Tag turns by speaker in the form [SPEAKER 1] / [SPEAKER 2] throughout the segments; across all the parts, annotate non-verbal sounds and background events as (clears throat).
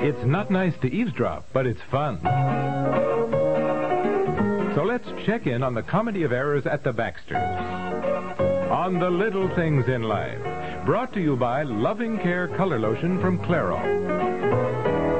[SPEAKER 1] It's not nice to eavesdrop, but it's fun. So let's check in on the comedy of errors at the Baxters. On the little things in life. Brought to you by Loving Care Color Lotion from Clairol.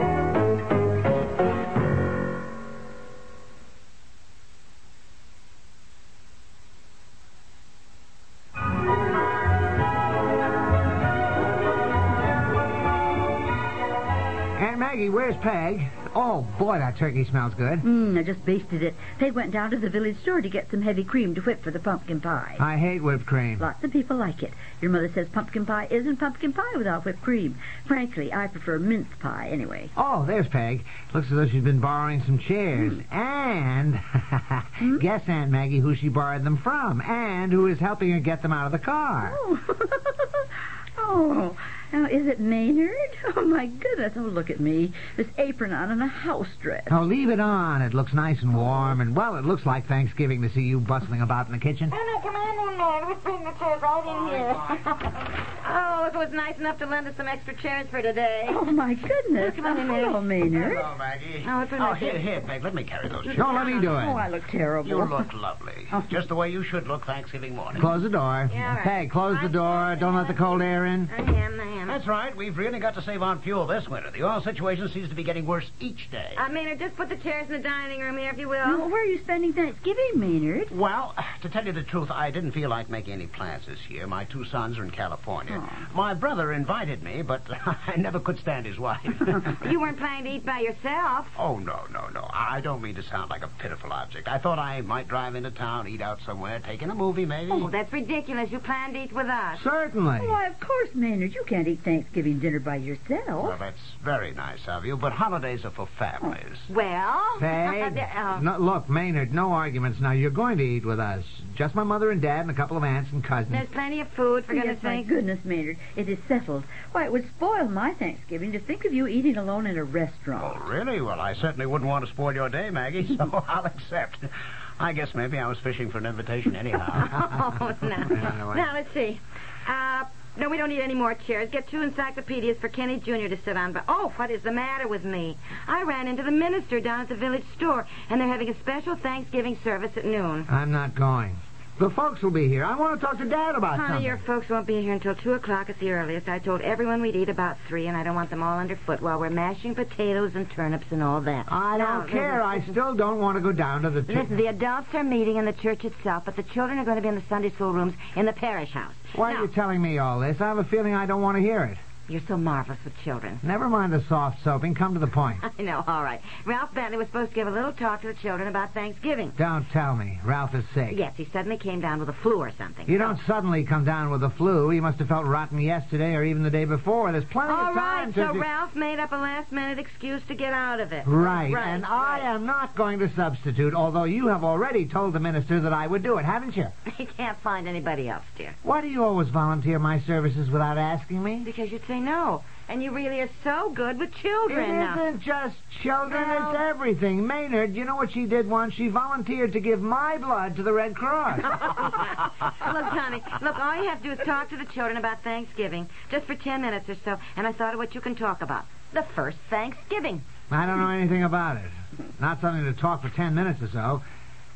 [SPEAKER 2] Aunt Maggie, where's Peg? Oh, boy, that turkey smells good.
[SPEAKER 3] Mm, I just basted it. Peg went down to the village store to get some heavy cream to whip for the pumpkin pie.
[SPEAKER 2] I hate whipped cream.
[SPEAKER 3] Lots of people like it. Your mother says pumpkin pie isn't pumpkin pie without whipped cream. Frankly, I prefer mince pie anyway. (laughs)
[SPEAKER 2] Oh, there's Peg. Looks as though she's been borrowing some chairs.
[SPEAKER 4] Mm.
[SPEAKER 2] And (laughs) guess, Aunt Maggie, who she borrowed them from and who is helping her get them out of the car.
[SPEAKER 3] Oh, oh. Now, is it Maynard? Oh, my goodness. Oh, look at me. This apron on and a house dress.
[SPEAKER 2] Oh, leave it on. It looks nice and warm, and well, it looks like Thanksgiving to see you bustling about in the kitchen.
[SPEAKER 4] No, no, come on in there. Let's bring the chairs right in here. oh, look, it was nice enough to lend us some extra chairs for today.
[SPEAKER 3] Oh, my goodness.
[SPEAKER 4] Come on in, Maynard.
[SPEAKER 3] Hello, Maynard.
[SPEAKER 5] Maggie.
[SPEAKER 4] Oh, it's been
[SPEAKER 5] oh
[SPEAKER 4] nice.
[SPEAKER 5] here, here, Peg. Let me carry those chairs.
[SPEAKER 2] No, let me do
[SPEAKER 3] Oh, I
[SPEAKER 2] it.
[SPEAKER 3] look terrible.
[SPEAKER 5] You look lovely.
[SPEAKER 3] Oh.
[SPEAKER 5] Just the way you should look Thanksgiving morning.
[SPEAKER 2] Close the door.
[SPEAKER 4] Yeah, all right.
[SPEAKER 2] Peg, close the door. Don't let the cold air in.
[SPEAKER 4] I am, I am.
[SPEAKER 5] That's right. We've really got to save on fuel this winter. The oil situation seems to be getting worse each day.
[SPEAKER 4] Uh, Maynard, just put the chairs in the dining room here, if you will.
[SPEAKER 3] Now, where are you spending Thanksgiving, Maynard?
[SPEAKER 5] Well, to tell you the truth, I didn't feel like making any plans this year. My two sons are in California. My brother invited me, but (laughs) I never could stand his wife.
[SPEAKER 4] You weren't planning to eat by yourself.
[SPEAKER 5] oh, no, no, no. I don't mean to sound like a pitiful object. I thought I might drive into town, eat out somewhere, take in a movie, maybe.
[SPEAKER 4] Oh, that's ridiculous. You planned to eat with us.
[SPEAKER 2] Certainly.
[SPEAKER 3] Why, of course, Maynard. You can't eat Thanksgiving dinner by yourself.
[SPEAKER 5] Well, that's very nice of you, but holidays are for families.
[SPEAKER 4] Well,
[SPEAKER 2] Peg.
[SPEAKER 4] (laughs) there- oh.
[SPEAKER 2] No, look, Maynard, no arguments now. You're going to eat with us. Just my mother and dad and a couple of aunts and cousins.
[SPEAKER 4] there's plenty of food, for
[SPEAKER 3] Yes,
[SPEAKER 4] goodness
[SPEAKER 3] my
[SPEAKER 4] sake.
[SPEAKER 3] goodness, Maynard, it is settled. Why, it would spoil my Thanksgiving to think of you eating alone in a
[SPEAKER 5] Oh,
[SPEAKER 3] restaurant.
[SPEAKER 5] really? Well, I certainly wouldn't want to spoil your day, Maggie, (laughs) so I'll accept. I guess maybe I was fishing for an invitation anyhow.
[SPEAKER 4] (laughs) Oh, now.
[SPEAKER 2] no, I-
[SPEAKER 4] now, let's see. Uh, no, we don't need any more chairs. Get two encyclopedias for Kenny Jr. to sit on. But, oh, what is the matter with me? I ran into the minister down at the village store, and they're having a special Thanksgiving service at noon.
[SPEAKER 2] I'm not going. The folks will be here. I want to talk to Dad about
[SPEAKER 4] Honey, your
[SPEAKER 2] something.
[SPEAKER 4] folks won't be here until 2 o'clock at the earliest. I told everyone we'd eat about 3, and I don't want them all underfoot while we're mashing potatoes and turnips and all that.
[SPEAKER 2] I
[SPEAKER 4] Now,
[SPEAKER 2] don't care. I
[SPEAKER 4] listen,
[SPEAKER 2] still don't want to go down to the.
[SPEAKER 4] Listen, the adults are meeting in the church itself, but the children are going to be in the Sunday school rooms in the parish house.
[SPEAKER 2] Why
[SPEAKER 4] now,
[SPEAKER 2] are you telling me all this? I have a feeling I don't want to hear it.
[SPEAKER 4] You're so marvelous with children.
[SPEAKER 2] Never mind the soft soaping. Come to the point.
[SPEAKER 4] (laughs) I know, all right. Ralph Bentley was supposed to give a little talk to the children about Thanksgiving.
[SPEAKER 2] don't tell me. Ralph is sick.
[SPEAKER 4] Yes, he suddenly came down with a flu or something.
[SPEAKER 2] You don't suddenly come down with the flu. He must have felt rotten yesterday or even the day before. There's plenty
[SPEAKER 4] All
[SPEAKER 2] of
[SPEAKER 4] right,
[SPEAKER 2] time to.
[SPEAKER 4] so
[SPEAKER 2] do-
[SPEAKER 4] Ralph made up a last-minute excuse to get out of (laughs) it.
[SPEAKER 2] Right,
[SPEAKER 4] right
[SPEAKER 2] and I
[SPEAKER 4] right.
[SPEAKER 2] am not going to substitute, although you have already told the minister that I would do it, haven't you?
[SPEAKER 4] You can't find anybody else, dear.
[SPEAKER 2] Why do you always volunteer my services without asking me?
[SPEAKER 4] Because you'd say no. And you really are so good with children
[SPEAKER 2] It
[SPEAKER 4] now.
[SPEAKER 2] isn't just children,
[SPEAKER 4] Well-
[SPEAKER 2] it's everything. Maynard, you know what she did once? She volunteered to give my blood to the Red
[SPEAKER 4] (laughs)
[SPEAKER 2] Cross.
[SPEAKER 4] (laughs) look, honey, look, all you have to do is talk to the children about Thanksgiving, just for ten minutes or so, and I thought of what you can talk about. The first
[SPEAKER 2] (laughs)
[SPEAKER 4] Thanksgiving.
[SPEAKER 2] I don't know anything about it. Not something to talk for ten minutes or so.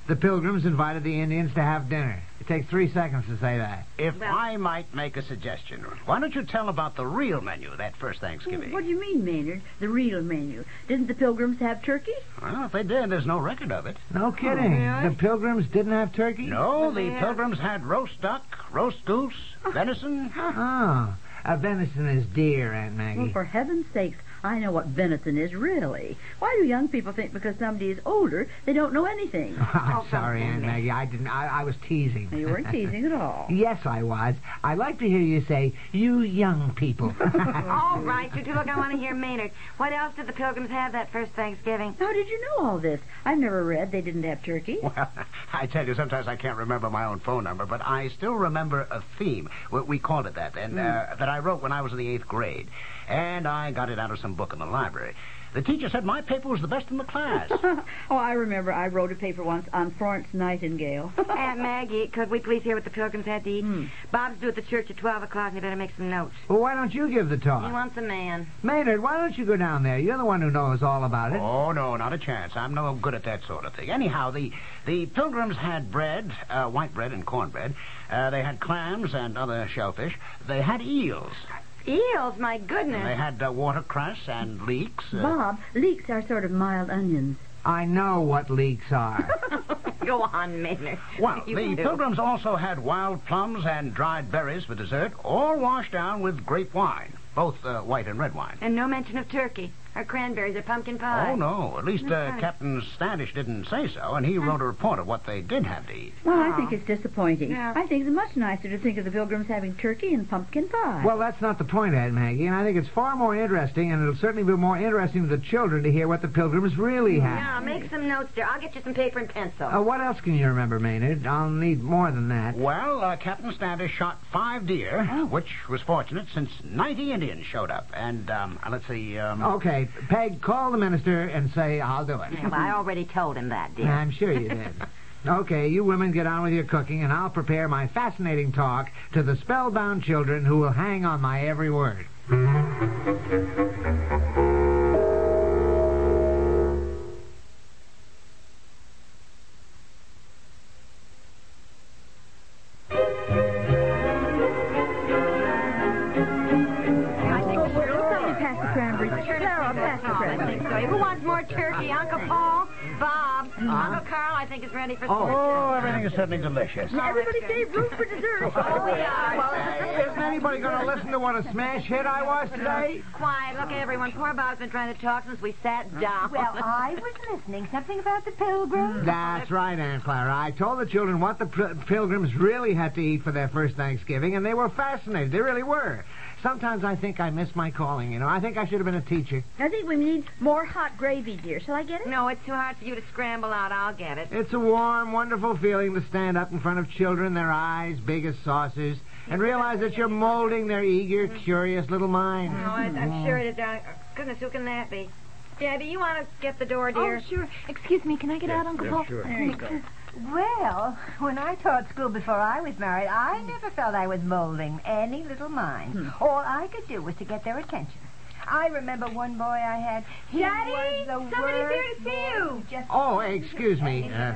[SPEAKER 2] The pilgrims invited the Indians to have dinner. It takes three seconds to say that.
[SPEAKER 5] if
[SPEAKER 4] Well-
[SPEAKER 5] I might make a suggestion, why don't you tell about the real menu that first Thanksgiving?
[SPEAKER 3] What do you mean, Maynard? The real menu. Didn't the pilgrims have turkey?
[SPEAKER 5] Well, if they did, there's no record of it.
[SPEAKER 2] No kidding.
[SPEAKER 4] Oh, really?
[SPEAKER 2] The pilgrims didn't have turkey?
[SPEAKER 5] No, the
[SPEAKER 4] yeah.
[SPEAKER 5] pilgrims had roast duck, roast goose, venison.
[SPEAKER 2] Oh. A venison is deer, Aunt Maggie.
[SPEAKER 3] Well,
[SPEAKER 5] Mm.
[SPEAKER 3] for heaven's sakes, I know what venison is, really. Why do young people think because somebody is older, they don't know
[SPEAKER 5] (laughs)
[SPEAKER 3] anything?
[SPEAKER 2] (laughs) I'm
[SPEAKER 4] Oh,
[SPEAKER 2] sorry,
[SPEAKER 4] come
[SPEAKER 2] Aunt
[SPEAKER 4] on, Maggie.
[SPEAKER 2] Maggie. I didn't. I, I was teasing.
[SPEAKER 3] Now, you weren't teasing at
[SPEAKER 5] Mm.
[SPEAKER 3] all.
[SPEAKER 2] Yes, I was. I like to hear you say, "You young people." (laughs)
[SPEAKER 4] All right, you two, look, I want to hear Maynard. What else did the pilgrims have that first Thanksgiving?
[SPEAKER 3] How did you know all this? I've never read they didn't have turkey.
[SPEAKER 5] Well, I tell you, sometimes I can't remember my own phone number, but I still remember a theme. We, we called it that, and uh, that I wrote when I was in the eighth grade, and I got it out of some book in the library. The teacher said my paper was the best in the class.
[SPEAKER 3] oh, I remember I wrote a paper once on Florence
[SPEAKER 5] (laughs)
[SPEAKER 3] Nightingale.
[SPEAKER 4] Aunt Eh, Maggie, could we please hear what the pilgrims had to eat?
[SPEAKER 5] Hmm.
[SPEAKER 4] Bob's due at the church at 12 o'clock, and you better make some notes.
[SPEAKER 2] Well, why don't you give the talk?
[SPEAKER 4] He wants a man.
[SPEAKER 2] Maynard, why don't you go down there? You're the one who knows all about it.
[SPEAKER 5] Oh, no, not a chance. I'm no good at that sort of thing. Anyhow, the, the pilgrims had bread, uh, white bread and cornbread. Uh, they had clams and other shellfish. They had eels.
[SPEAKER 4] Eels, my goodness.
[SPEAKER 5] They had uh, watercress and leeks. Uh,
[SPEAKER 3] Bob, leeks are sort of mild onions.
[SPEAKER 2] I know what leaks are.
[SPEAKER 4] (laughs) Go on, Maynard.
[SPEAKER 5] well,
[SPEAKER 4] You
[SPEAKER 5] the
[SPEAKER 4] do.
[SPEAKER 5] pilgrims also had wild plums and dried berries for dessert, all washed down with grape wine, both uh, white and red wine.
[SPEAKER 4] And no mention of turkey, or cranberries, or pumpkin pie.
[SPEAKER 5] Oh, no. At least uh,
[SPEAKER 4] Right.
[SPEAKER 5] Captain Standish didn't say so, and he wrote a report of what they did have to eat.
[SPEAKER 3] Well, I
[SPEAKER 4] Oh.
[SPEAKER 3] think it's disappointing.
[SPEAKER 4] Yeah.
[SPEAKER 3] I think it's much nicer to think of the pilgrims having turkey and pumpkin pie.
[SPEAKER 2] well, that's not the point, Aunt Maggie, and I think it's far more interesting, and it'll certainly be more interesting to the children to hear what the pilgrims really had.
[SPEAKER 4] Now, make some notes, dear. I'll get you some paper and pencil.
[SPEAKER 5] Oh.
[SPEAKER 2] Uh, what else can you remember, Maynard? I'll need more than that.
[SPEAKER 5] Well, uh, Captain Standish shot five deer,
[SPEAKER 4] Oh.
[SPEAKER 5] which was fortunate since 90 Indians showed up. And, um, uh, let's see, um...
[SPEAKER 4] Oh.
[SPEAKER 2] Okay, Peg, call the minister and say I'll do it.
[SPEAKER 4] Yeah, well, I already told him that, dear.
[SPEAKER 2] I'm sure you did. Okay, you women get on with your cooking, and I'll prepare my fascinating talk to the spellbound children who will hang on my every word.
[SPEAKER 4] I think so.
[SPEAKER 3] Somebody pass the cranberries. Carol, pass the
[SPEAKER 4] Oh, I
[SPEAKER 3] cranberries.
[SPEAKER 4] think so. Who wants more turkey? Uncle Paul? Bob? Uncle Carl, I think, is ready for
[SPEAKER 5] Uh-huh. Oh,
[SPEAKER 4] some.
[SPEAKER 5] everything is certainly delicious.
[SPEAKER 3] Everybody gave room
[SPEAKER 2] (laughs)
[SPEAKER 3] for dessert.
[SPEAKER 4] Oh, we are.
[SPEAKER 2] Isn't anybody going to listen to what a smash hit I was today?
[SPEAKER 4] Quiet. Look, everyone. Poor Bob's been trying to talk since we sat down.
[SPEAKER 6] Well,
[SPEAKER 4] (laughs)
[SPEAKER 6] I was listening. Something about the pilgrims.
[SPEAKER 2] That's right, Aunt Clara. I told the children what the pil- pilgrims really had to eat for their first Thanksgiving, and they were fascinated. They really were. Sometimes I think I miss my calling, you know. I think I should have been a teacher.
[SPEAKER 3] I think we need more hot gravy, dear. Shall I get it?
[SPEAKER 4] No, it's too hard for you to scramble out. I'll get it.
[SPEAKER 2] It's a warm, wonderful feeling to stand up in front of children, their eyes big as saucers, and realize that you're molding their eager, curious little minds.
[SPEAKER 6] Mm-hmm.
[SPEAKER 4] Oh, I, I'm sure it is. Uh, goodness, who can that be? Debbie, you want to get the door, dear?
[SPEAKER 6] Oh, sure. Excuse me. Can I get out, Uncle Paul?
[SPEAKER 3] There you go.
[SPEAKER 6] Well, when I taught school before I was married,
[SPEAKER 4] Hmm.
[SPEAKER 6] I never felt I was molding any little mind. All I could do was to get their attention. I remember one boy I had. He
[SPEAKER 7] Daddy,
[SPEAKER 6] was the
[SPEAKER 7] somebody's
[SPEAKER 6] worst
[SPEAKER 7] here to see
[SPEAKER 6] boy.
[SPEAKER 7] you.
[SPEAKER 6] Just
[SPEAKER 2] Oh, excuse me. Uh,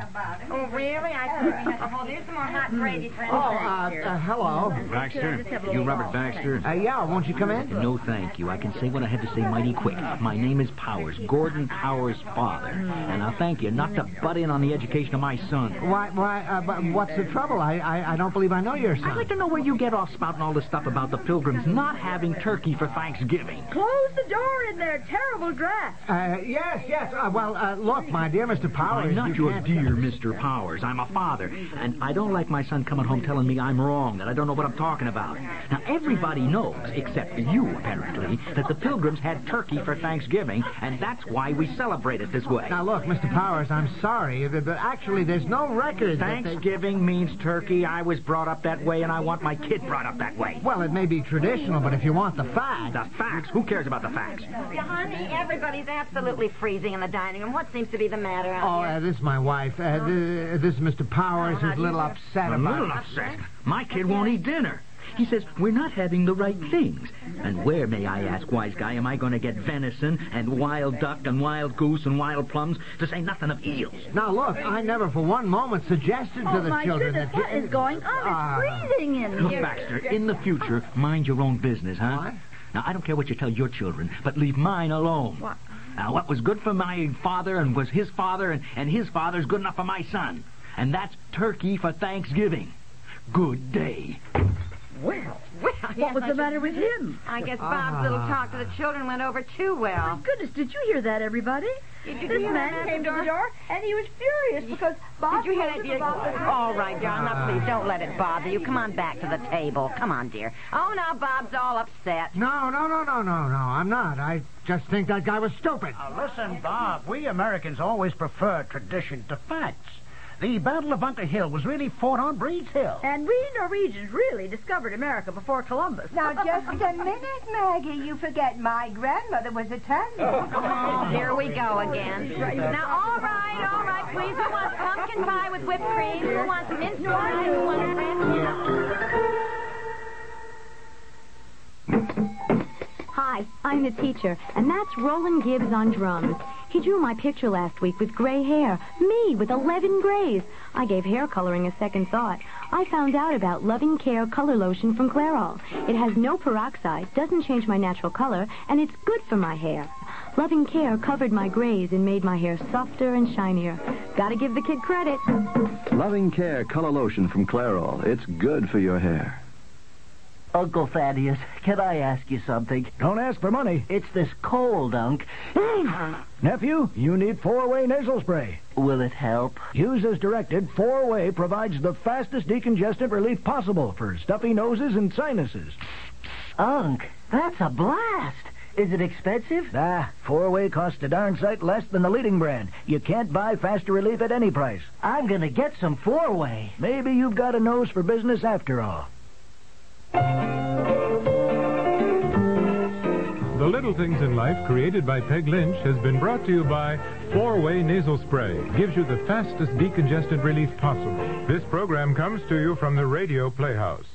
[SPEAKER 4] Oh, really? I see. we have to hold. There's some more
[SPEAKER 6] Hmm.
[SPEAKER 4] hot gravy, friends.
[SPEAKER 2] oh, uh, uh, hello.
[SPEAKER 8] Baxter,
[SPEAKER 3] have a
[SPEAKER 8] you
[SPEAKER 3] little
[SPEAKER 8] Robert
[SPEAKER 3] walk.
[SPEAKER 8] Baxter?
[SPEAKER 2] Uh, yeah, won't you come in?
[SPEAKER 8] No, thank you. I can say what I have to say mighty quick. My name is Powers, Gordon Powers' father. And I thank you not to butt in on the education of my son.
[SPEAKER 2] Why, why, uh, but what's the trouble? I, I, I don't believe I know your
[SPEAKER 8] I'd
[SPEAKER 2] son.
[SPEAKER 8] like to know where you get off spouting all this stuff about the pilgrims not having turkey for Thanksgiving.
[SPEAKER 3] Close the door in there. Terrible draft.
[SPEAKER 2] Uh, yes, yes. Uh, well, uh, look, my dear Mr. Powers.
[SPEAKER 8] I'm not
[SPEAKER 2] you
[SPEAKER 8] your
[SPEAKER 2] can't-
[SPEAKER 8] dear Mr. Powers. I'm a father. And I don't like my son coming home telling me I'm wrong, that I don't know what I'm talking about. Now, everybody knows, except for you, apparently, that the pilgrims had turkey for Thanksgiving, and that's why we celebrate it this way.
[SPEAKER 2] Now, look, Mr. Powers, I'm sorry, but, but actually, there's no record. that they-
[SPEAKER 8] Thanksgiving means turkey. I was brought up that way, and I want my kid brought up that way.
[SPEAKER 2] Well, it may be traditional, but if you want the fact.
[SPEAKER 8] The facts. Who cares about the facts?
[SPEAKER 6] Oh,
[SPEAKER 4] Yeah, honey, everybody's absolutely freezing in the dining room. What seems to be the matter
[SPEAKER 2] Oh,
[SPEAKER 4] out
[SPEAKER 2] uh, this is my wife. Uh, th- this is Mr. Powers, who's a little upset
[SPEAKER 8] A
[SPEAKER 2] about
[SPEAKER 8] little upset. My kid won't eat dinner. He says we're not having the right things. And where, may I ask, wise guy, am I going to get venison and wild duck and wild goose and wild plums, to say nothing of eels?
[SPEAKER 2] Now, look, I never for one moment suggested
[SPEAKER 3] Oh,
[SPEAKER 2] to the
[SPEAKER 3] my
[SPEAKER 2] children
[SPEAKER 3] goodness.
[SPEAKER 2] that...
[SPEAKER 3] What is going on?
[SPEAKER 2] Ah.
[SPEAKER 3] It's freezing in
[SPEAKER 8] Look,
[SPEAKER 3] here.
[SPEAKER 8] Baxter, in the future, mind your own business, huh?
[SPEAKER 2] What?
[SPEAKER 8] Now, I don't care what you tell your children, but leave mine alone.
[SPEAKER 3] What?
[SPEAKER 8] Now, what was good for my father and was his father and, and his father's good enough for my son. And that's turkey for Thanksgiving. Good day.
[SPEAKER 3] Well,
[SPEAKER 4] here? Well, yes,
[SPEAKER 3] what was
[SPEAKER 4] I
[SPEAKER 3] the
[SPEAKER 4] guess-
[SPEAKER 3] matter with him?
[SPEAKER 4] I guess Bob's little talk to the children went over too well.
[SPEAKER 3] Goodness, did you hear that, everybody?
[SPEAKER 4] Did you
[SPEAKER 3] This
[SPEAKER 4] hear
[SPEAKER 3] man
[SPEAKER 4] that,
[SPEAKER 3] came to the
[SPEAKER 4] Dora?
[SPEAKER 3] door, and he was furious because Bob
[SPEAKER 4] Did you hear
[SPEAKER 3] told
[SPEAKER 4] that,
[SPEAKER 3] him
[SPEAKER 4] dear?
[SPEAKER 3] about the-
[SPEAKER 4] All right, darling. Now, please, don't let it bother you. Come on back to the table. Come on, dear. Oh, now Bob's all upset.
[SPEAKER 2] No, no, no, no, no, no, I'm not. I just think that guy was stupid.
[SPEAKER 5] Now, listen, Bob, we Americans always prefer tradition to facts. The Battle of Bunker Hill was really fought on Breed's Hill.
[SPEAKER 9] And we Norwegians really discovered America before Columbus.
[SPEAKER 4] Now, just a minute, Maggie. You forget my grandmother was a Italian.
[SPEAKER 10] Here we go again. Now, all right, all right, please. Who wants pumpkin pie with whipped cream? Who wants mince pie? Who wants
[SPEAKER 3] Hi, I'm the teacher, and that's Roland Gibbs on drums. He drew my picture last week with gray hair. Me, with 11 grays. I gave hair coloring a second thought. I found out about Loving Care Color Lotion from Clairol. It has no peroxide, doesn't change my natural color, and it's good for my hair. Loving Care covered my grays and made my hair softer and shinier. Gotta give the kid credit.
[SPEAKER 11] Loving Care Color Lotion from Clairol. It's good for your hair.
[SPEAKER 8] Uncle Thaddeus, can I ask you something?
[SPEAKER 2] Don't ask for money.
[SPEAKER 8] It's this cold, Unc.
[SPEAKER 2] (clears throat) Nephew, you need four-way nasal spray.
[SPEAKER 8] Will it help?
[SPEAKER 2] Use as directed, four-way provides the fastest decongestant relief possible for stuffy noses and sinuses.
[SPEAKER 8] Unc, that's a blast. Is it expensive?
[SPEAKER 2] Ah, four-way costs a darn sight less than the leading brand. You can't buy faster relief at any price.
[SPEAKER 8] I'm going to get some four-way.
[SPEAKER 2] Maybe you've got a nose for business after all.
[SPEAKER 1] The Little Things in Life, created by Peg Lynch, has been brought to you by Four Way Nasal Spray. Gives you the fastest decongestant relief possible. This program comes to you from the Radio Playhouse.